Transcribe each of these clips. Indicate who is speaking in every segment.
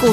Speaker 1: 股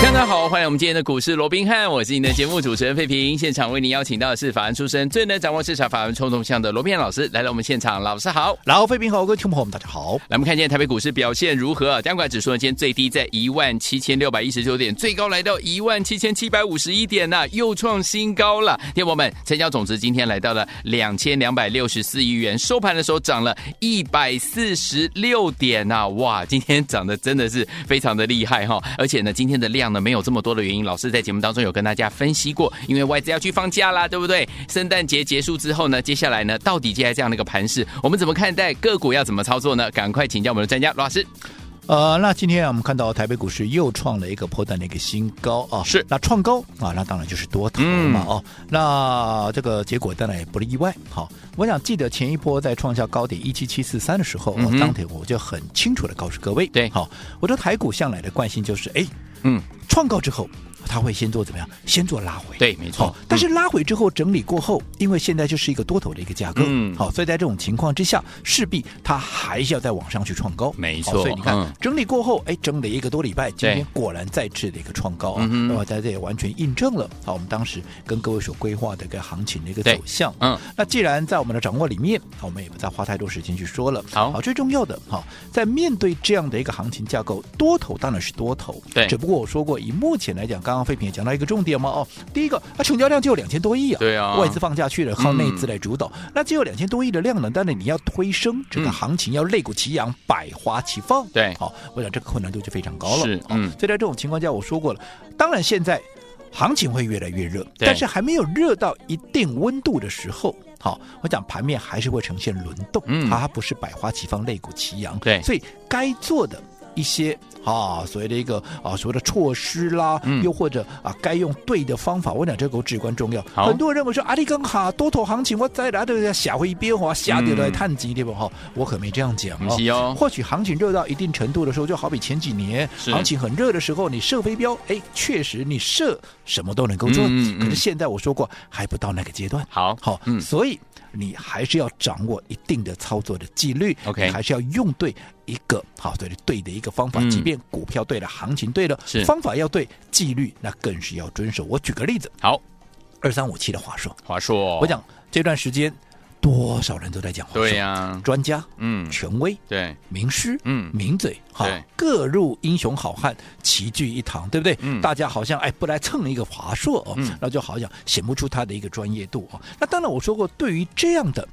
Speaker 2: 大家好，欢迎我们今天的股市罗宾汉，我是您的节目主持人费平。现场为您邀请到的是法案出身、最能掌握市场法案冲动向的罗宾汉老师来到我们现场，老师好。
Speaker 3: 老费平好，各位听众朋友们，大家好。
Speaker 2: 来，我们看今天台北股市表现如何？加管指数呢，今天最低在一万七千六百一十九点，最高来到一万七千七百五十一点呐、又创新高了。天友们，成交总值今天来到了两千两百六十四亿元，收盘的时候涨了一百四十六点呐、哇，今天涨得真的是非常的厉害哈、而且呢，今天的量呢没有这么多的原因，老师在节目当中有跟大家分析过，因为外资要去放假啦，对不对？圣诞节结束之后呢，接下来呢，到底接下来这样的一个盘势，我们怎么看待个股要怎么操作呢？赶快请教我们的专家罗老师。
Speaker 3: 呃，那今天啊，我们看到台北股市又创了一个波段的一个新高啊，
Speaker 2: 是嗯
Speaker 3: 那创高啊，那当然就是多头嘛、哦，那这个结果当然也不意外。好，我想记得前一波在创下高点一七七四三的时候，
Speaker 2: 嗯哼
Speaker 3: 哦、当天我就很清楚的告诉各位，
Speaker 2: 对
Speaker 3: 好，我的台股向来的惯性就是，哎，
Speaker 2: 嗯，
Speaker 3: 创高之后。它会先做怎么样？先做拉回，
Speaker 2: 对没错嗯
Speaker 3: 好但是拉回之后整理过后，因为现在就是一个多头的一个架构，
Speaker 2: 嗯
Speaker 3: 好，所以在这种情况之下，势必它还是要再往上去创高，
Speaker 2: 没
Speaker 3: 好
Speaker 2: 错
Speaker 3: 所以你看，
Speaker 2: 嗯
Speaker 3: 整理过后，哎，整理一个多礼拜，今
Speaker 2: 对
Speaker 3: 天果然再次的一个创高啊，
Speaker 2: 嗯哼
Speaker 3: 那么在这也完全印证了啊，我们当时跟各位所规划的一个行情的一个走
Speaker 2: 对
Speaker 3: 向。
Speaker 2: 嗯，
Speaker 3: 那既然在我们的掌握里面，好我们也不再花太多时间去说了。
Speaker 2: 好
Speaker 3: 最重要的哈，在面对这样的一个行情架构，多头当然是多头，
Speaker 2: 对
Speaker 3: 只不过我说过，以目前来讲，刚刚废品也讲到一个重点嘛，哦，第一个，它成交量就有两千多亿啊，
Speaker 2: 对啊
Speaker 3: 外资放下去了，靠
Speaker 2: 嗯
Speaker 3: 内资来主导，那只有两千多亿的量能，当然你要推升整个
Speaker 2: 嗯
Speaker 3: 行情，要肋骨齐扬，百花齐放，
Speaker 2: 对
Speaker 3: 好，我想这个困难度就非常高了，
Speaker 2: 是
Speaker 3: 好
Speaker 2: 嗯
Speaker 3: 所以在这种情况下，我说过了，当然现在行情会越来越热，
Speaker 2: 对
Speaker 3: 但是还没有热到一定温度的时候。好，我讲盘面还是会呈现轮动，
Speaker 2: 嗯
Speaker 3: 它不是百花齐放、肋骨齐扬，
Speaker 2: 对
Speaker 3: 所以该做的一些啊，所谓的一个啊，所谓的措施啦，
Speaker 2: 嗯
Speaker 3: 又或者啊，该用对的方法，我讲这个至关重要。
Speaker 2: 好
Speaker 3: 很多人认为说啊阿里更好，多头行情我再来对不对？下回一边滑，下跌来
Speaker 2: 嗯
Speaker 3: 探底对不哈？我可没这样讲
Speaker 2: 不
Speaker 3: 哦
Speaker 2: 是哦
Speaker 3: 或许行情热到一定程度的时候，就好比前几年
Speaker 2: 是
Speaker 3: 行情很热的时候，你射飞镖，哎，确实你射什么都能够做。
Speaker 2: 嗯嗯嗯
Speaker 3: 可是现在我说过，还不到那个阶段。
Speaker 2: 好，
Speaker 3: 好，
Speaker 2: 嗯，
Speaker 3: 所以你还是要掌握一定的操作的纪律
Speaker 2: OK
Speaker 3: 你还是要用对一个好对的对的一个方法，
Speaker 2: 嗯
Speaker 3: 即便股票对了，行情对了
Speaker 2: 是，
Speaker 3: 方法要对，纪律那更是要遵守。我举个例子，
Speaker 2: 好，
Speaker 3: 二三五七的华硕，
Speaker 2: 华硕，
Speaker 3: 我，讲这段时间多少人都在讲华硕，
Speaker 2: 对呀、
Speaker 3: 专家、
Speaker 2: 嗯，
Speaker 3: 权威、
Speaker 2: 对，
Speaker 3: 名师，
Speaker 2: 嗯
Speaker 3: 名嘴，好
Speaker 2: 对，
Speaker 3: 各路英雄好汉齐聚一堂，对不对？
Speaker 2: 嗯
Speaker 3: 大家好像哎不来蹭一个华硕哦，
Speaker 2: 嗯
Speaker 3: 那就好像显不出他的一个专业度哦。那当然我说过，对于这样的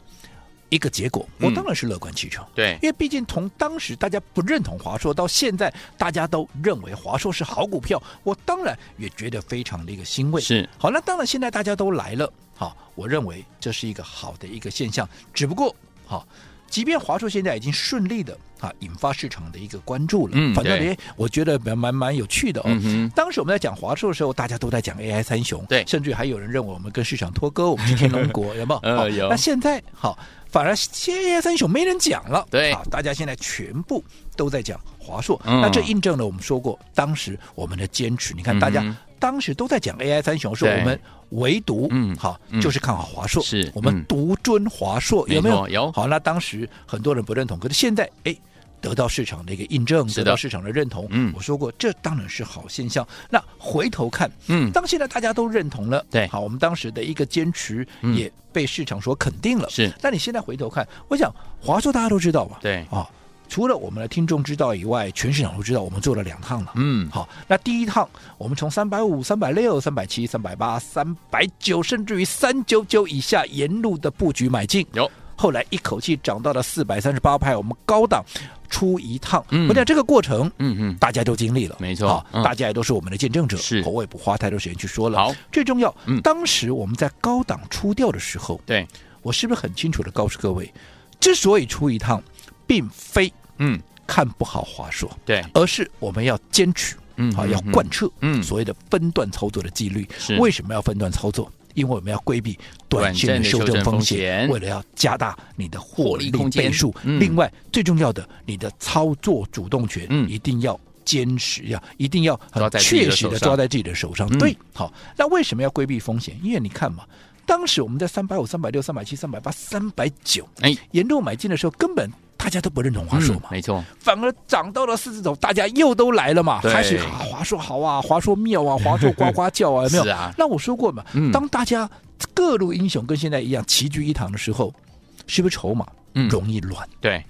Speaker 3: 一个结果，我
Speaker 2: 嗯
Speaker 3: 当然是乐观其成。
Speaker 2: 对，
Speaker 3: 因为毕竟从当时大家不认同华硕，到现在大家都认为华硕是好股票，我当然也觉得非常的一个欣慰。
Speaker 2: 是
Speaker 3: 好，那当然现在大家都来了，好，我认为这是一个好的一个现象。只不过，好，即便华硕现在已经顺利的啊引发市场的一个关注了，
Speaker 2: 嗯
Speaker 3: 反正
Speaker 2: 对
Speaker 3: 哎，我觉得蛮蛮蛮有趣的哦。
Speaker 2: 嗯哼
Speaker 3: 当时我们在讲华硕的时候，大家都在讲 AI 三雄，
Speaker 2: 对
Speaker 3: 甚至还有人认为我们跟市场脱钩，我们是天龙 国，有没有？
Speaker 2: 呃
Speaker 3: 好
Speaker 2: 有
Speaker 3: 那现在好，反而现在 AI 三雄没人讲了，
Speaker 2: 对
Speaker 3: 好，大家现在全部都在讲华硕，
Speaker 2: 嗯
Speaker 3: 那这印证了我们说过，当时我们的坚持。你看，大家
Speaker 2: 嗯哼
Speaker 3: 当时都在讲 AI 三雄的时候，
Speaker 2: 对
Speaker 3: 我们唯独
Speaker 2: 嗯
Speaker 3: 好
Speaker 2: 嗯
Speaker 3: 就是看好华硕，
Speaker 2: 是
Speaker 3: 我们
Speaker 2: 嗯
Speaker 3: 独尊华硕，有没
Speaker 2: 没错
Speaker 3: 有？
Speaker 2: 有
Speaker 3: 好，那当时很多人不认同，可是现在哎。得到市场的一个印证，
Speaker 2: 是的
Speaker 3: 得到市场的认同，
Speaker 2: 嗯
Speaker 3: 我说过，这当然是好现象。那回头看，
Speaker 2: 嗯
Speaker 3: 当现在大家都认同了，
Speaker 2: 对
Speaker 3: 好，我们当时的一个坚持
Speaker 2: 嗯
Speaker 3: 也被市场所肯定了。
Speaker 2: 是
Speaker 3: 那你现在回头看，我想华硕大家都知道吧？
Speaker 2: 对
Speaker 3: 啊、除了我们的听众知道以外，全市场都知道，我们做了两趟了。
Speaker 2: 嗯，
Speaker 3: 好，那第一趟我们从三百五、三百六、三百七、三百八、三百九，甚至于三九九以下沿路的布局买进，
Speaker 2: 有，
Speaker 3: 后来一口气涨到了四百三十八派，我们高档出一趟。
Speaker 2: 嗯
Speaker 3: 我讲这个过程，
Speaker 2: 嗯嗯，
Speaker 3: 大家都经历了，
Speaker 2: 没错
Speaker 3: 好
Speaker 2: 嗯
Speaker 3: 大家也都是我们的见证者，
Speaker 2: 是
Speaker 3: 我也不花太多时间去说了。
Speaker 2: 好，
Speaker 3: 最重要，
Speaker 2: 嗯
Speaker 3: 当时我们在高档出掉的时候，
Speaker 2: 对，
Speaker 3: 我是不是很清楚的告诉各位，之所以出一趟，并非
Speaker 2: 嗯，
Speaker 3: 看不好华硕，
Speaker 2: 对，
Speaker 3: 而是我们要坚持，
Speaker 2: 嗯
Speaker 3: 好、
Speaker 2: 嗯
Speaker 3: 要贯彻，
Speaker 2: 嗯
Speaker 3: 所谓的分段操作的纪律。
Speaker 2: 是
Speaker 3: 为什么要分段操作？因为我们要规避短线的修正风险，为了要加大你的获利嗯倍数。另外，最重要的，你的操作主动权一定要。坚持呀，一定要很确实的嗯抓在自己的手上。
Speaker 2: 嗯
Speaker 3: 对，好，那为什么要规避风险？因为你看嘛，当时我们在三百五、三百六、三百七、三百八、三百九，
Speaker 2: 哎，
Speaker 3: 沿路买进的时候，根本大家都不认同华硕嘛，
Speaker 2: 嗯没错，
Speaker 3: 反而涨到了四字头，大家又都来了嘛，
Speaker 2: 对
Speaker 3: 开始、啊、华硕好啊，华硕妙啊，华硕呱呱叫啊，有没有？
Speaker 2: 是啊
Speaker 3: 那我说过嘛，
Speaker 2: 嗯
Speaker 3: 当大家各路英雄跟现在一样齐聚一堂的时候，是不是筹码
Speaker 2: 嗯
Speaker 3: 容易乱？
Speaker 2: 对，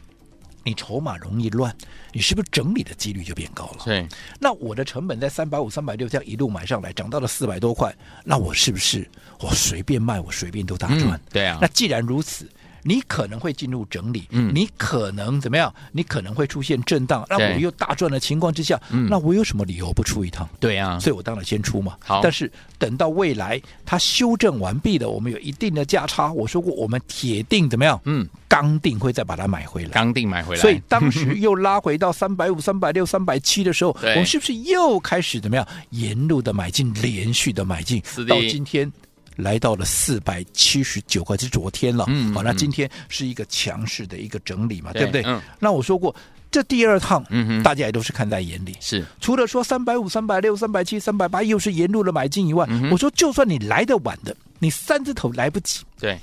Speaker 3: 你筹码容易乱，你是不是整理的几率就变高了？
Speaker 2: 对，
Speaker 3: 那我的成本在三百五、三百六这样一路买上来，涨到了四百多块，那我是不是我随便卖，我随便都大赚？
Speaker 2: 嗯对啊
Speaker 3: 那既然如此。你可能会进入整理，
Speaker 2: 嗯
Speaker 3: 你可能怎么样？你可能会出现震荡，那
Speaker 2: 对
Speaker 3: 我又大赚的情况之下，
Speaker 2: 嗯
Speaker 3: 那我有什么理由不出一趟？
Speaker 2: 对啊，
Speaker 3: 所以我当然先出嘛。
Speaker 2: 好
Speaker 3: 但是等到未来它修正完毕了，我们有一定的价差，我说过我们铁定怎么样？
Speaker 2: 嗯，
Speaker 3: 刚定会再把它买回来。
Speaker 2: 刚定买回来，
Speaker 3: 所以当时又拉 回到三百五、三百六、三百七的时候，
Speaker 2: 对
Speaker 3: 我们是不是又开始怎么样沿路的买进，连续的买进
Speaker 2: 是，的
Speaker 3: 到今天。来到了四百七十九块，这是昨天了。
Speaker 2: 嗯
Speaker 3: 好，那
Speaker 2: 嗯
Speaker 3: 今天是一个强势的一个整理嘛，
Speaker 2: 对
Speaker 3: 对不对？
Speaker 2: 嗯
Speaker 3: 那我说过，这第二趟，
Speaker 2: 嗯哼
Speaker 3: 大家也都是看在眼里。
Speaker 2: 是
Speaker 3: 除了说三百五、三百六、三百七、三百八又是沿路的买进以
Speaker 2: 嗯
Speaker 3: 外，我说就算你来的晚的，你三字头来不及，
Speaker 2: 对，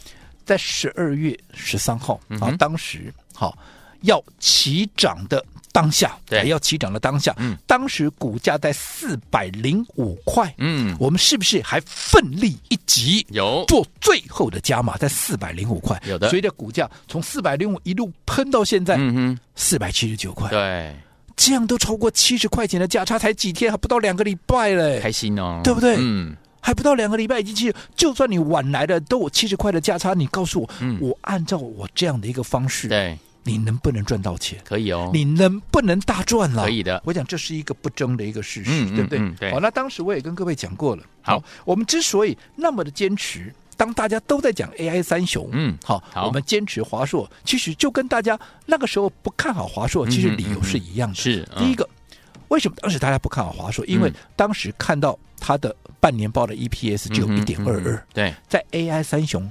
Speaker 3: 在十二月十三号
Speaker 2: 嗯
Speaker 3: 啊
Speaker 2: 哼，
Speaker 3: 当时好、要起涨的当下，
Speaker 2: 对
Speaker 3: 哎要起涨的当下，
Speaker 2: 嗯
Speaker 3: 当时股价在四百零五块，
Speaker 2: 嗯，
Speaker 3: 我们是不是还奋力一击？
Speaker 2: 有
Speaker 3: 做最后的加码，在四百零五块，
Speaker 2: 有的
Speaker 3: 随着股价从四百零五一路喷到现在
Speaker 2: 嗯
Speaker 3: 四百七十九块
Speaker 2: 哼，，对，
Speaker 3: 这样都超过七十块钱的价差，才几天，还不到两个礼拜嘞，
Speaker 2: 开心哦，
Speaker 3: 对不对
Speaker 2: 嗯，
Speaker 3: 还不到两个礼拜已经去，就算你晚来了，都有七十块的价差，你告诉我，
Speaker 2: 嗯
Speaker 3: 我按照我这样的一个方式，
Speaker 2: 对，
Speaker 3: 你能不能赚到钱？
Speaker 2: 可以哦，
Speaker 3: 你能不能大赚了？
Speaker 2: 可以的
Speaker 3: 我讲这是一个不争的一个事实，
Speaker 2: 嗯嗯
Speaker 3: 对不对？
Speaker 2: 嗯对
Speaker 3: 好，那当时我也跟各位讲过了。
Speaker 2: 好
Speaker 3: 我们之所以那么的坚持，当大家都在讲 AI 三雄，
Speaker 2: 嗯
Speaker 3: 好，
Speaker 2: 好
Speaker 3: 我们坚持华硕，其实就跟大家那个时候不看好华
Speaker 2: 嗯
Speaker 3: 硕，其实理由是一样的。
Speaker 2: 是
Speaker 3: 第一
Speaker 2: 个，
Speaker 3: 个，为什么当时大家不看好华硕？因为
Speaker 2: 嗯
Speaker 3: 当时看到它的半年报的 EPS 只有
Speaker 2: 嗯
Speaker 3: 一
Speaker 2: 哼
Speaker 3: 点
Speaker 2: 嗯
Speaker 3: 二
Speaker 2: 哼
Speaker 3: 二，
Speaker 2: 对，
Speaker 3: 在 AI 三雄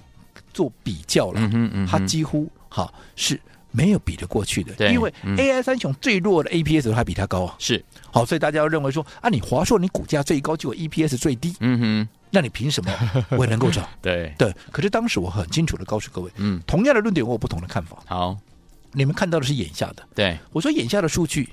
Speaker 3: 做比较了，
Speaker 2: 嗯哼嗯哼
Speaker 3: 它几乎好是没有比得过去的，
Speaker 2: 对
Speaker 3: 因为
Speaker 2: 嗯
Speaker 3: AI 三雄最弱的 EPS 还比它高啊。
Speaker 2: 是，
Speaker 3: 好，所以大家要认为说啊，你华硕你股价最高，结果 EPS 最低，
Speaker 2: 嗯
Speaker 3: 那你凭什么 我也能够涨？
Speaker 2: 哼，对，
Speaker 3: 对，可是当时我很清楚的告诉各位，
Speaker 2: 嗯，
Speaker 3: 同样的论点我有不同的看法，
Speaker 2: 好，
Speaker 3: 你们看到的是眼下的，
Speaker 2: 对，
Speaker 3: 我说眼下的数据，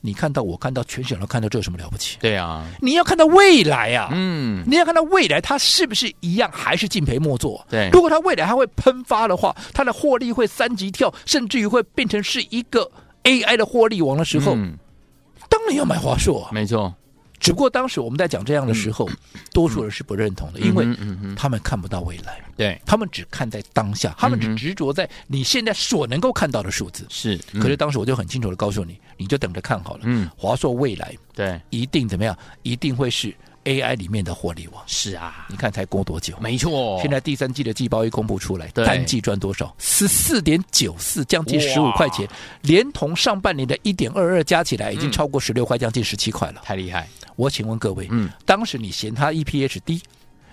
Speaker 3: 你看到我看到全省都看到，这有什么了不起？
Speaker 2: 对啊，
Speaker 3: 你要看到未来啊，
Speaker 2: 嗯，
Speaker 3: 你要看到未来它是不是一样，还是敬陪末座？
Speaker 2: 对
Speaker 3: 如果它未来还会喷发的话，它的获利会三级跳，甚至于会变成是一个 AI 的获利王的时候，
Speaker 2: 嗯
Speaker 3: 当然要买华硕、啊。
Speaker 2: 没错，
Speaker 3: 只不过当时我们在讲这样的时候，多数人是不认同的，
Speaker 2: 嗯
Speaker 3: 因为
Speaker 2: 嗯嗯嗯
Speaker 3: 他们看不到未来，
Speaker 2: 对，
Speaker 3: 他们只看在当下，他们
Speaker 2: 嗯
Speaker 3: 只
Speaker 2: 哼
Speaker 3: 执着在你现在所能够看到的数字。
Speaker 2: 是，嗯
Speaker 3: 可是当时我就很清楚的告诉你，你就等着看好了。
Speaker 2: 嗯，
Speaker 3: 华硕未来
Speaker 2: 对，
Speaker 3: 一定怎么样？一定会是 AI 里面的获利王。
Speaker 2: 是啊，
Speaker 3: 你看才过多久？
Speaker 2: 没错，
Speaker 3: 现在第三季的季报一公布出来，
Speaker 2: 对
Speaker 3: 单季赚多少？十四点九四，将近十五
Speaker 2: 哇
Speaker 3: 块钱，连同上半年的一点二二加起来，已经
Speaker 2: 嗯
Speaker 3: 超过十六块，将近十七块了。
Speaker 2: 太厉害，
Speaker 3: 我请问各位，
Speaker 2: 嗯，
Speaker 3: 当时你嫌它 EPS 低，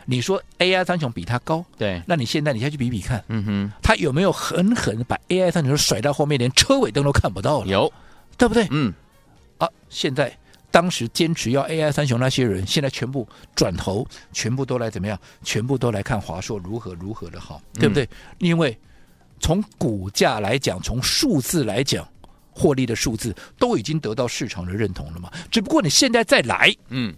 Speaker 3: 你说 AI 三雄比它高，
Speaker 2: 对，
Speaker 3: 那你现在你再去比比看，
Speaker 2: 嗯哼，
Speaker 3: 它有没有狠狠地把 AI 三雄甩到后面，连车尾灯都看不到了，
Speaker 2: 有，
Speaker 3: 对不对？
Speaker 2: 嗯，
Speaker 3: 啊，现在当时坚持要 AI 三雄那些人，现在全部转头，全部都来怎么样？全部都来看华硕如何如何的好，
Speaker 2: 嗯
Speaker 3: 对不对？因为从股价来讲，从数字来讲，获利的数字都已经得到市场的认同了嘛。只不过你现在再来，
Speaker 2: 嗯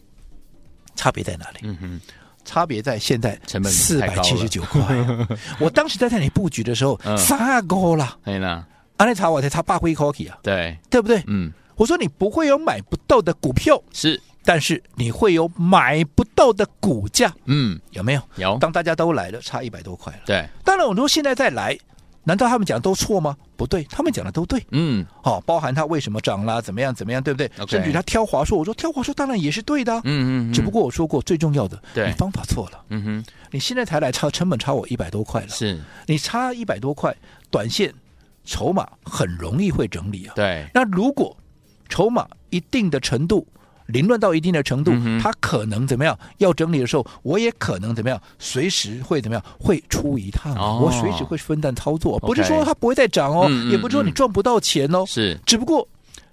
Speaker 3: 差别在哪里？
Speaker 2: 嗯哼，
Speaker 3: 差别在现在
Speaker 2: 成本
Speaker 3: 四
Speaker 2: 太
Speaker 3: 百
Speaker 2: 高
Speaker 3: 七
Speaker 2: 了
Speaker 3: 十九块 啊。我当时在带你布局的时候
Speaker 2: 嗯，
Speaker 3: 三个啦，
Speaker 2: 可以了，
Speaker 3: 安利查我才差八块 c o f f 啊，
Speaker 2: 对，
Speaker 3: 对不对？
Speaker 2: 嗯，
Speaker 3: 我说你不会有买不到的股票。
Speaker 2: 是，
Speaker 3: 但是你会有买不到的股价，
Speaker 2: 嗯，
Speaker 3: 有没有？
Speaker 2: 有，
Speaker 3: 当大家都来了，差一百多块了。
Speaker 2: 对，
Speaker 3: 当然，我说现在再来，难道他们讲都错吗？不对，他们讲的都对。
Speaker 2: 嗯，
Speaker 3: 好、包含它为什么涨啦，怎么样怎么样，对不对
Speaker 2: OK
Speaker 3: 甚至他挑华硕，我说挑华硕当然也是对的啊、
Speaker 2: 嗯嗯，
Speaker 3: 只不过我说过，最重要的，
Speaker 2: 对
Speaker 3: 你方法错了。
Speaker 2: 嗯哼，
Speaker 3: 你现在才来差，成本差我一百多块了。
Speaker 2: 是
Speaker 3: 你差一百多块，短线筹码很容易会整理啊。
Speaker 2: 对，
Speaker 3: 那如果筹码一定的程度，凌乱到一定的程度，
Speaker 2: 嗯哼
Speaker 3: 它可能怎么样？要整理的时候，我也可能怎么样？随时会怎么样？会出一趟啊，
Speaker 2: 哦
Speaker 3: 我随时会分段操作，
Speaker 2: OK
Speaker 3: 不是说它不会再涨哦，
Speaker 2: 嗯嗯
Speaker 3: 也不是说你
Speaker 2: 嗯
Speaker 3: 赚不到钱哦，
Speaker 2: 是
Speaker 3: 只不过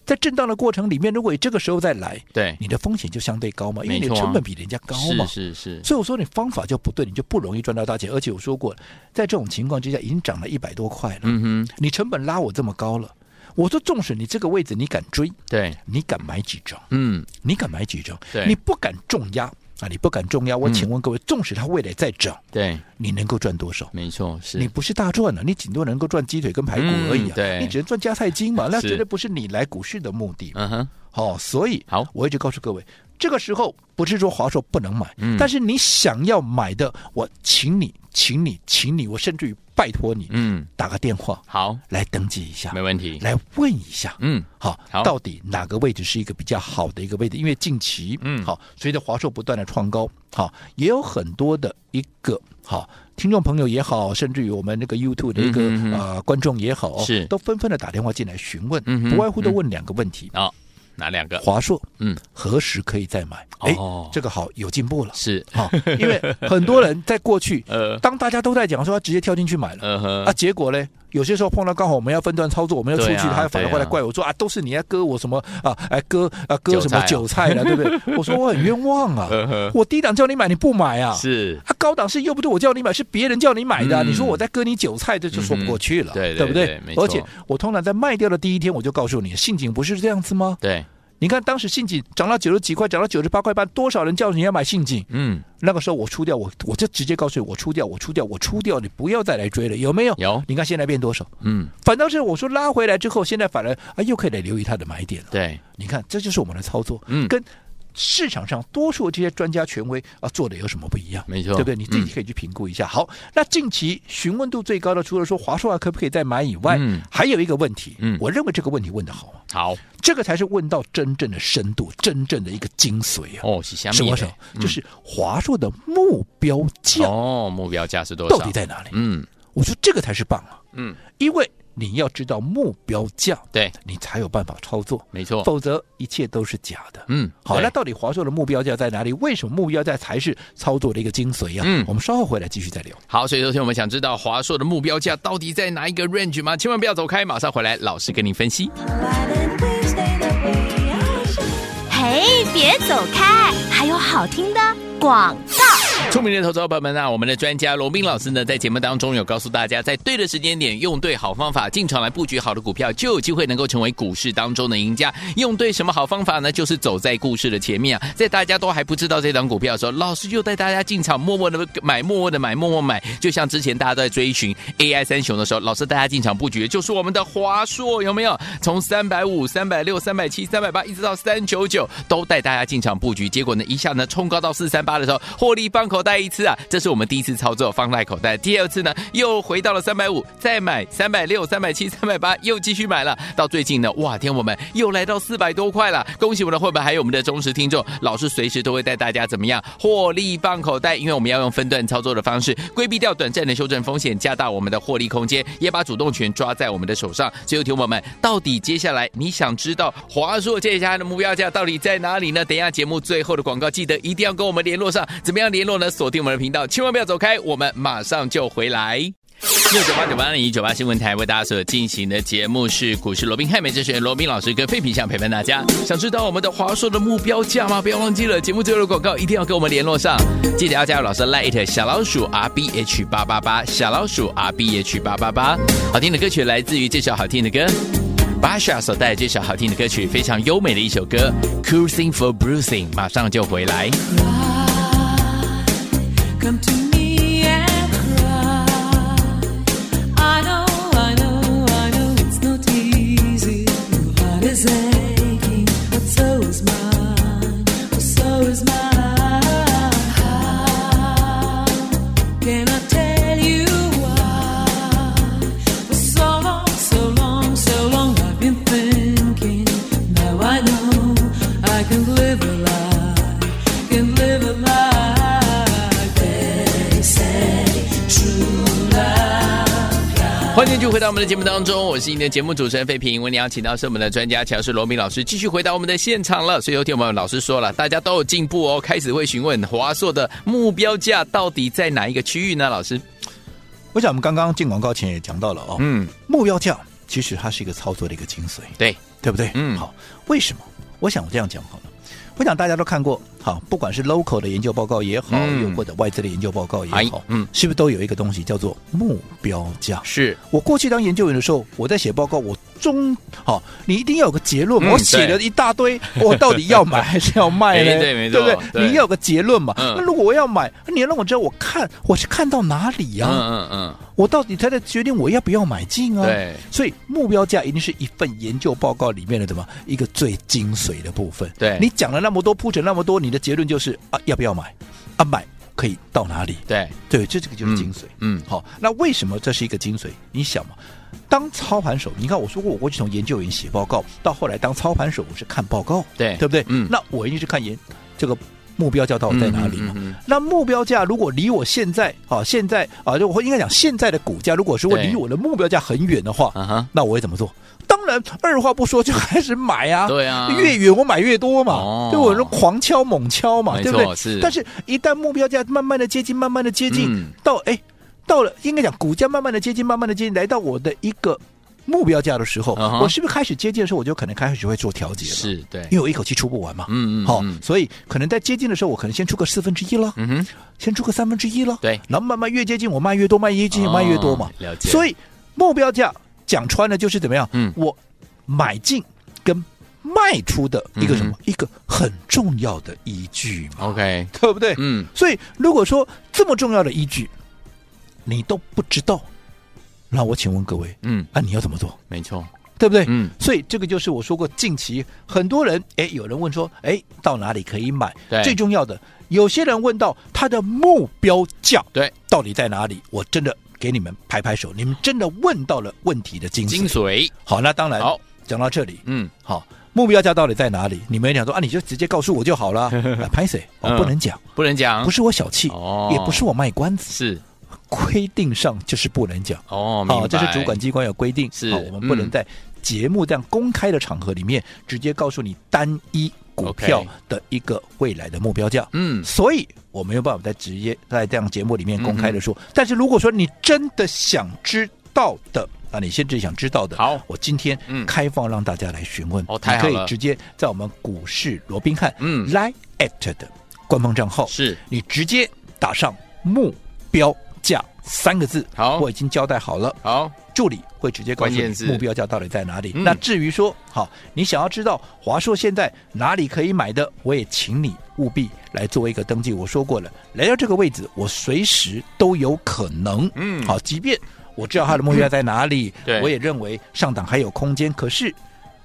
Speaker 3: 在震荡的过程里面，如果你这个时候再来，
Speaker 2: 对，
Speaker 3: 你的风险就相对高嘛，因为你
Speaker 2: 没
Speaker 3: 的
Speaker 2: 错啊
Speaker 3: 成本比人家高嘛。
Speaker 2: 是是是，
Speaker 3: 所以我说你方法就不对，你就不容易赚到大钱。而且我说过，在这种情况之下，已经涨了一百多块了，
Speaker 2: 嗯哼，
Speaker 3: 你成本拉我这么高了，我说纵使你这个位置你敢追，
Speaker 2: 对，
Speaker 3: 你敢买几张？
Speaker 2: 嗯，
Speaker 3: 你敢买几张
Speaker 2: 对？
Speaker 3: 你不敢重压啊！你不敢重压，我
Speaker 2: 嗯
Speaker 3: 请问各位，纵使它未来再涨，
Speaker 2: 对，
Speaker 3: 你能够赚多少？
Speaker 2: 没错，是
Speaker 3: 你不是大赚啊了、你顶多能够赚鸡腿跟排骨而已
Speaker 2: 嗯
Speaker 3: 啊！
Speaker 2: 对
Speaker 3: 你只能赚加菜金嘛，那
Speaker 2: 是
Speaker 3: 绝对不是你来股市的目的。
Speaker 2: 嗯哼，
Speaker 3: 哦，所以
Speaker 2: 好
Speaker 3: 我一直告诉各位，这个时候不是说华硕不能买，
Speaker 2: 嗯
Speaker 3: 但是你想要买的，我请你，请你，请你，我甚至于拜托你、
Speaker 2: 嗯，
Speaker 3: 打个电话
Speaker 2: 好，
Speaker 3: 来登记一下
Speaker 2: 没，问题，
Speaker 3: 来问一下，
Speaker 2: 嗯，
Speaker 3: 好，
Speaker 2: 好
Speaker 3: 到底哪个位置是一个比较好的一个位置？因为近期，
Speaker 2: 嗯
Speaker 3: 好，随着华硕不断的创高，好，也有很多的一个好听众朋友也好，甚至于我们那个 YouTube 的一个、
Speaker 2: 嗯哼嗯哼
Speaker 3: 呃观众也好，
Speaker 2: 是
Speaker 3: 都纷纷的打电话进来询问，
Speaker 2: 嗯哼
Speaker 3: 不外乎都问两个问题：
Speaker 2: 好，哪两个？
Speaker 3: 华硕，
Speaker 2: 嗯，
Speaker 3: 何时可以再买？哎、
Speaker 2: 哦
Speaker 3: 这个好有进步了，
Speaker 2: 是，
Speaker 3: 好，因为很多人在过去，
Speaker 2: 呃
Speaker 3: 当大家都在讲说他直接跳进去买了，
Speaker 2: 呃
Speaker 3: 啊，
Speaker 2: 呵，
Speaker 3: 结果呢？有些时候碰到刚好我们要分段操作，我们要出去，
Speaker 2: 对啊
Speaker 3: 他反而
Speaker 2: 对啊
Speaker 3: 过来怪我说啊，都是你在割我什么啊，哎割啊割
Speaker 2: 韭
Speaker 3: 什么
Speaker 2: 菜啊
Speaker 3: 韭菜 了，对不对？我说我很冤枉啊，
Speaker 2: 呃呵，
Speaker 3: 我低档叫你买你不买啊，
Speaker 2: 是，
Speaker 3: 啊高档是又不是我叫你买，是别人叫你买的啊，
Speaker 2: 嗯
Speaker 3: 你说我在割你韭菜，这就说不过去了，
Speaker 2: 嗯对对
Speaker 3: 不
Speaker 2: 对
Speaker 3: 对
Speaker 2: 没？错
Speaker 3: 而且我通常在卖掉的第一天我就告诉你，信锦不是这样子吗？
Speaker 2: 对，
Speaker 3: 你看当时信锦涨到九十几块，涨到九十八块半，多少人叫你要买信锦？
Speaker 2: 嗯，
Speaker 3: 那个时候我出掉，我我就直接告诉你，我出掉，我出掉，我出掉，你不要再来追了，有没有？
Speaker 2: 有，
Speaker 3: 你看现在变多少？
Speaker 2: 嗯，
Speaker 3: 反倒是我说拉回来之后，现在反而啊又可以来留意它的买点了。
Speaker 2: 对，
Speaker 3: 你看，这就是我们的操作，
Speaker 2: 嗯
Speaker 3: 跟市场上多数这些专家权威啊做的有什么不一样？
Speaker 2: 没错，
Speaker 3: 对不对？你自己
Speaker 2: 嗯
Speaker 3: 可以去评估一下。好，那近期询问度最高的，除了说华硕啊可不可以再买以外，
Speaker 2: 嗯
Speaker 3: 还有一个问题，
Speaker 2: 嗯
Speaker 3: 我认为这个问题问的好啊，
Speaker 2: 好
Speaker 3: 这个才是问到真正的深度，真正的一个精髓啊。
Speaker 2: 哦，是下面
Speaker 3: 什么
Speaker 2: 一
Speaker 3: 时
Speaker 2: 个
Speaker 3: 候？就是华硕的目标价
Speaker 2: 哦，目标价是多少？
Speaker 3: 到底在哪里？
Speaker 2: 嗯
Speaker 3: 我说这个才是棒啊，
Speaker 2: 嗯，
Speaker 3: 因为你要知道目标价，
Speaker 2: 对，
Speaker 3: 你才有办法操作，
Speaker 2: 没错，
Speaker 3: 否则一切都是假的。
Speaker 2: 嗯，
Speaker 3: 好，
Speaker 2: 对
Speaker 3: 那到底华硕的目标价在哪里？为什么目标价才是操作的一个精髓啊？
Speaker 2: 嗯
Speaker 3: 我们稍后回来继续再聊。
Speaker 2: 好，所以昨天我们想知道华硕的目标价到底在哪一个 range 吗？千万不要走开，马上回来，老师跟您分析。
Speaker 1: 嘿，别走开，还有好听的广告。
Speaker 2: 聪明的投资者朋友们啊，我们的专家罗斌老师呢，在节目当中有告诉大家，在对的时间点，用对好方法进场来布局好的股票，就有机会能够成为股市当中的赢家。用对什么好方法呢？就是走在故事的前面啊，在大家都还不知道这档股票的时候，老师就带大家进场，默默的买，默默的买，默默买。就像之前大家都在追寻 AI 三雄的时候，老师带大家进场布局，就是我们的华硕，有没有？从三百五、三百六、三百七、三百八，一直到三九九，都带大家进场布局。结果呢，一下呢冲高到四三八的时候，获利放口袋一次啊，这是我们第一次操作放在口袋。第二次呢，又回到了三百五，再买三百六、三百七、三百八，又继续买了。到最近呢，哇，天，我们又来到四百多块了。恭喜我们的会员，还有我们的忠实听众，老师随时都会带大家怎么样获利放口袋，因为我们要用分段操作的方式，规避掉短暂的修正风险，加大我们的获利空间，也把主动权抓在我们的手上。所以，听我们，到底接下来你想知道华硕这一家的目标价到底在哪里呢？等一下节目最后的广告，记得一定要跟我们联络上。怎么样联络呢？锁定我们的频道，千万不要走开，我们马上就回来。六九八九八零一九八新闻台为大家所进行的节目是股市罗宾汉美哲学罗宾老师跟费平想陪伴大家。想知道我们的华硕的目标价吗？不要忘记了，节目最后的广告一定要跟我们联络上，记得要加入老师 Light 小老鼠 R B H 八八八小老鼠 R B H 八八八。好听的歌曲来自于这首好听的歌。Basha 所带来这首好听的歌曲，非常优美的一首歌《Cruising for Bruising》，马上就回来。
Speaker 4: Come to me and cry. I know, I know, I know it's not easy. Your heart is aching, but so is mine. But so is mine. How can I tell you why? For so long, so long, so long I've been thinking. Now I know I can live a lie, can live a lie. They say true love.
Speaker 2: 欢欢迎继续回到我们的节目当中，我是今天的节目主持人费平。为你邀请到是我们的专家乔氏罗明老师，继续回到我们的现场了。所以有天我们老师说了，大家都有进步哦，开始会询问华硕的目标价到底在哪一个区域呢？老师，
Speaker 3: 我想我们刚刚进广告前也讲到了哦，
Speaker 2: 嗯，
Speaker 3: 目标价其实它是一个操作的一个精髓，
Speaker 2: 对，
Speaker 3: 对不对？
Speaker 2: 嗯
Speaker 3: 好，为什么？我想我这样讲好了。我想大家都看过，好，不管是 local 的研究报告也好，
Speaker 2: 嗯
Speaker 3: 又或者外资的研究报告也
Speaker 2: 哎
Speaker 3: 好，
Speaker 2: 嗯
Speaker 3: 是不是都有一个东西叫做目标价？
Speaker 2: 是，
Speaker 3: 我过去当研究员的时候，我在写报告，我中好，你一定要有个结论嘛。
Speaker 2: 嗯
Speaker 3: 我写了一大堆，我到底 要买还是要卖呢？
Speaker 2: 哎对没错
Speaker 3: 对不
Speaker 2: 对
Speaker 3: 对？你要有个结论嘛。
Speaker 2: 嗯
Speaker 3: 那如果我要买，你要让我知道我看我是看到哪里呀、
Speaker 2: 嗯嗯
Speaker 3: 我到底才在决定我要不要买进
Speaker 2: 嗯，
Speaker 3: 啊？
Speaker 2: 对，
Speaker 3: 所以目标价一定是一份研究报告里面的什么一个最精髓的部分。
Speaker 2: 对
Speaker 3: 你讲了那么多，铺陈那么多，你的结论就是啊，要不要买？啊，买可以到哪里？
Speaker 2: 对，
Speaker 3: 对，这这个就是精髓。
Speaker 2: 嗯，
Speaker 3: 好，那为什么这是一个精髓？你想嘛，当操盘手，你看我说过，我过去从研究员写报告，到后来当操盘手，我是看报告，
Speaker 2: 对
Speaker 3: 对不对？
Speaker 2: 嗯
Speaker 3: 那我一定是看研这个目标价到底在哪里嘛。
Speaker 2: 嗯嗯嗯
Speaker 3: 那目标价如果离我现在啊，现在啊，就我应该讲现在的股价，如果说
Speaker 2: 对
Speaker 3: 离我的目标价很远的话，
Speaker 2: 啊哈，
Speaker 3: 那我会怎么做？当然，二话不说就开始买啊，
Speaker 2: 对啊，
Speaker 3: 越远我买越多嘛，
Speaker 2: 哦
Speaker 3: 对我说狂敲猛敲嘛，
Speaker 2: 没
Speaker 3: 对
Speaker 2: 错
Speaker 3: 不对？
Speaker 2: 是
Speaker 3: 但是一旦目标价慢慢的接近，慢慢的接近，
Speaker 2: 嗯
Speaker 3: 到哎，到了应该讲股价慢慢的接近，慢慢的接近，来到我的一个目标价的时候，
Speaker 2: 嗯哼
Speaker 3: 我是不是开始接近的时候，我就可能开始会做调节了？，
Speaker 2: 是，对，
Speaker 3: 因为我一口气出不完嘛。
Speaker 2: 嗯嗯，
Speaker 3: 好、
Speaker 2: 嗯
Speaker 3: 所以可能在接近的时候，我可能先出个四分之一了，
Speaker 2: 嗯哼，
Speaker 3: 先出个三分之一了，
Speaker 2: 对
Speaker 3: 然后慢慢越接近，我卖越多，卖越接近，
Speaker 2: 哦
Speaker 3: 卖越多嘛。
Speaker 2: 了解，
Speaker 3: 所
Speaker 2: 以
Speaker 3: 以目标价讲穿了就是怎么样？
Speaker 2: 嗯
Speaker 3: 我买进跟卖出的一个什么
Speaker 2: 嗯？
Speaker 3: 一个很重要的依据嘛，
Speaker 2: OK，
Speaker 3: 对不对？
Speaker 2: 嗯，
Speaker 3: 所以如果说这么重要的依据你都不知道，那我请问各位，
Speaker 2: 嗯，
Speaker 3: 啊，你要怎么做？
Speaker 2: 没错，
Speaker 3: 对不对？
Speaker 2: 嗯，
Speaker 3: 所以这个就是我说过，近期很多人，哎，有人问说，哎，到哪里可以买
Speaker 2: 对？
Speaker 3: 最重要的，有些人问到他的目标价
Speaker 2: 对，
Speaker 3: 到底在哪里？我真的给你们拍拍手，你们真的问到了问题的精髓。
Speaker 2: 精髓，
Speaker 3: 好，那当然，
Speaker 2: 好，
Speaker 3: 讲到这里，
Speaker 2: 嗯，
Speaker 3: 好，目标价到底在哪里？你们也讲说啊，你就直接告诉我 就好了。啊拍谁？我
Speaker 2: 嗯
Speaker 3: 不能讲，
Speaker 2: 不能讲，
Speaker 3: 不是我小气，
Speaker 2: 哦
Speaker 3: 也不是我卖关子，
Speaker 2: 是
Speaker 3: 规定上就是不能讲。
Speaker 2: 哦，明
Speaker 3: 好，
Speaker 2: 白
Speaker 3: 这是主管机关有规定，
Speaker 2: 是
Speaker 3: 好我们不能
Speaker 2: 嗯
Speaker 3: 在节目这样公开的场合里面直接告诉你单一股票
Speaker 2: OK
Speaker 3: 的一个未来的目标价。
Speaker 2: 嗯，
Speaker 3: 所以我没有办法在直接在这样节目里面公开的
Speaker 2: 嗯
Speaker 3: 说。但是如果说你真的想知道的，啊，你甚至想知道的，
Speaker 2: 好
Speaker 3: 我今天
Speaker 2: 嗯
Speaker 3: 开放让大家来询问，
Speaker 2: 哦太好
Speaker 3: 你可
Speaker 2: 了
Speaker 3: 以直接在我们股市罗宾汉
Speaker 2: 嗯
Speaker 3: Line at 的官方账号，
Speaker 2: 是
Speaker 3: 你直接打上目标价三个字，
Speaker 2: 好
Speaker 3: 我已经交代好了。
Speaker 2: 好，
Speaker 3: 助理会直接告诉
Speaker 2: 关键
Speaker 3: 你
Speaker 2: 字
Speaker 3: 目标价到底在哪里。
Speaker 2: 嗯
Speaker 3: 那至于说，好，你想要知道华硕现在哪里可以买的，我也请你务必来做一个登记。我说过了，来到这个位置，我随时都有可能，
Speaker 2: 嗯
Speaker 3: 好，即便我知道它的目标价在哪里，
Speaker 2: 对
Speaker 3: 我也认为上档还有空间，可是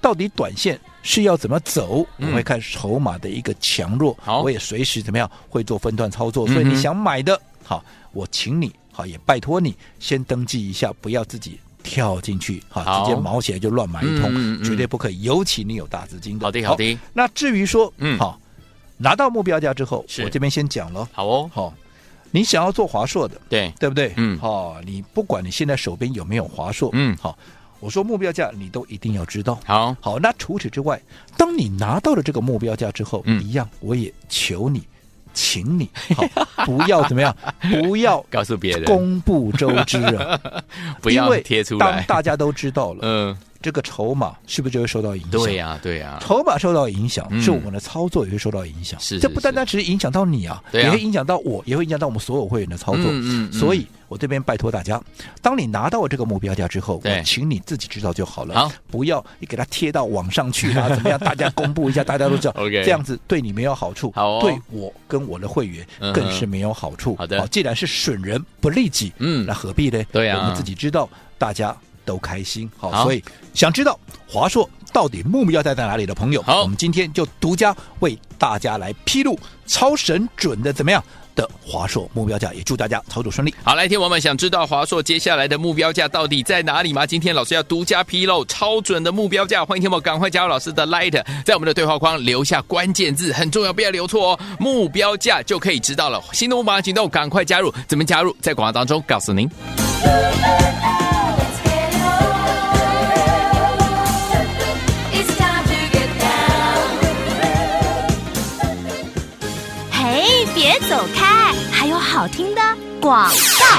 Speaker 3: 到底短线。是要怎么走？我
Speaker 2: 嗯
Speaker 3: 会看筹码的一个强弱，
Speaker 2: 好
Speaker 3: 我也随时怎么样会做分段操
Speaker 2: 嗯
Speaker 3: 作。
Speaker 2: 哼
Speaker 3: 所以你想买的，好，我请你，好也拜托你先登记一下，不要自己跳进去，
Speaker 2: 好
Speaker 3: 好，直接毛起来就乱买一通，
Speaker 2: 嗯嗯嗯
Speaker 3: 绝对不可以。尤其你有大资金的，
Speaker 2: 好的好的，
Speaker 3: 那至于说，
Speaker 2: 嗯
Speaker 3: 好，拿到目标价之后，
Speaker 2: 是
Speaker 3: 我这边先讲了，
Speaker 2: 好哦，
Speaker 3: 好，你想要做华硕的，
Speaker 2: 对，
Speaker 3: 对不对？
Speaker 2: 嗯
Speaker 3: 好，你不管你现在手边有没有华硕，
Speaker 2: 嗯
Speaker 3: 好，我说目标价你都一定要知道。
Speaker 2: 好，
Speaker 3: 好，那除此之外，当你拿到了这个目标价之后，
Speaker 2: 嗯
Speaker 3: 一样我也求你，请你，好，不要怎么样，不要
Speaker 2: 告诉别人，
Speaker 3: 公布周知啊，
Speaker 2: 不
Speaker 3: 因
Speaker 2: 要
Speaker 3: 为
Speaker 2: 贴出
Speaker 3: 当
Speaker 2: 来，
Speaker 3: 大家都知道了，
Speaker 2: 嗯，
Speaker 3: 这个筹码是不是就会受到影响？
Speaker 2: 对呀对呀，
Speaker 3: 筹码受到影响，
Speaker 2: 啊嗯
Speaker 3: 是我们的操作也会受到影响。
Speaker 2: 是是
Speaker 3: 这不单单只是影响到你啊，
Speaker 2: 对啊
Speaker 3: 也会影响到我，也会影响到我们所有会员的操作。
Speaker 2: 嗯嗯嗯
Speaker 3: 所以，我这边拜托大家，当你拿到我这个目标价之后，
Speaker 2: 对
Speaker 3: 我请你自己知道就好了，
Speaker 2: 好
Speaker 3: 不要你给它贴到网上去 啊，怎么样？大家公布一下，大家都知道
Speaker 2: OK
Speaker 3: 这样子对你没有好处，
Speaker 2: 好哦
Speaker 3: 对我跟我的会员
Speaker 2: 嗯哼
Speaker 3: 更是没有好处。
Speaker 2: 好的
Speaker 3: 既然是损人不利己，
Speaker 2: 嗯
Speaker 3: 那何必呢？
Speaker 2: 对啊
Speaker 3: 我们自己知道，大家都开心。好，
Speaker 2: 好
Speaker 3: 所以想知道华硕到底目标价在哪里的朋友，
Speaker 2: 好
Speaker 3: 我们今天就独家为大家来披露超神准的怎么样的华硕目标价，也祝大家操作顺利。
Speaker 2: 好，来，听我们想知道华硕接下来的目标价到底在哪里吗？今天老师要独家披露超准的目标价，欢迎听我赶快加入老师的 Light，在我们的对话框留下关键字，很重要，不要留错哦，目标价就可以知道了。新动物马上行动，赶快加入，怎么加入？在广告当中告诉您。
Speaker 4: Let's go.
Speaker 1: 走开，还有好听的广。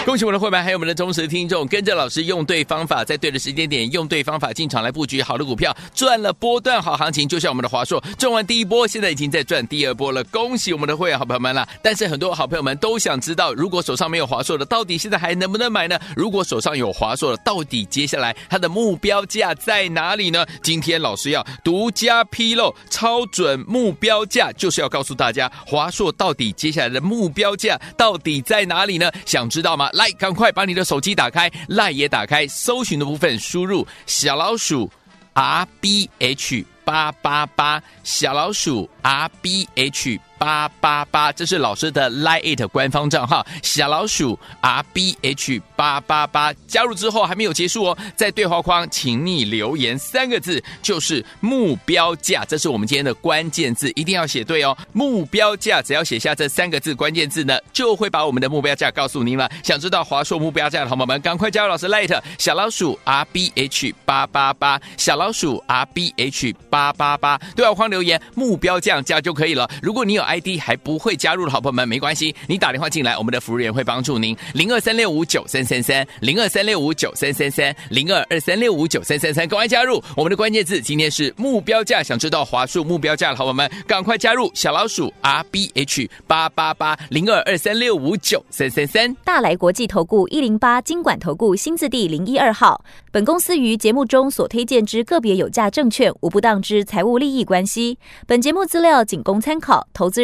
Speaker 2: 恭喜我们的会员，还有我们的忠实听众，跟着老师用对方法，在对的时间点用对方法进场来布局好的股票，赚了波段好行情。就像我们的华硕赚完第一波，现在已经在赚第二波了。恭喜我们的会员好朋友们啦！但是很多好朋友们都想知道，如果手上没有华硕的，到底现在还能不能买呢？如果手上有华硕的，到底接下来它的目标价在哪里呢？今天老师要独家披露超准目标价，就是要告诉大家华硕到底接下来的目标价到底在哪里呢？想知道吗？来，赶快把你的手机打开，赖也打开，搜寻的部分输入小老鼠 R B H 八八八，小老鼠 R B H。八八八，这是老师的 Line It 官方账号，小老鼠 R B H 八八八。加入之后还没有结束哦，在对话框请你留言三个字，就是目标价，这是我们今天的关键字，一定要写对哦。目标价只要写下这三个字关键字呢，就会把我们的目标价告诉您了。想知道华硕目标价的好朋友们，赶快加入老师 Line It 小老鼠 R B H 八八八，小老鼠 R B H 八八八，对话框留言目标价加就可以了。如果你有 ID 还不会加入的好朋友们，没关系，你打电话进来，我们的服务员会帮助您。零二三六五九三三三，零二三六五九三三三，零二二三六五九三三三，赶快加入！我们的关键字今天是目标价，想知道华数目标价的好朋友们，赶快加入小老鼠 R B H 八八八，零二二三六五九三三三。
Speaker 5: 大来国际投顾一零八金管投顾新字第零一二号。本公司于节目中所推荐之个别有价证券，无不当之财务利益关系。本节目资料仅供参考，投资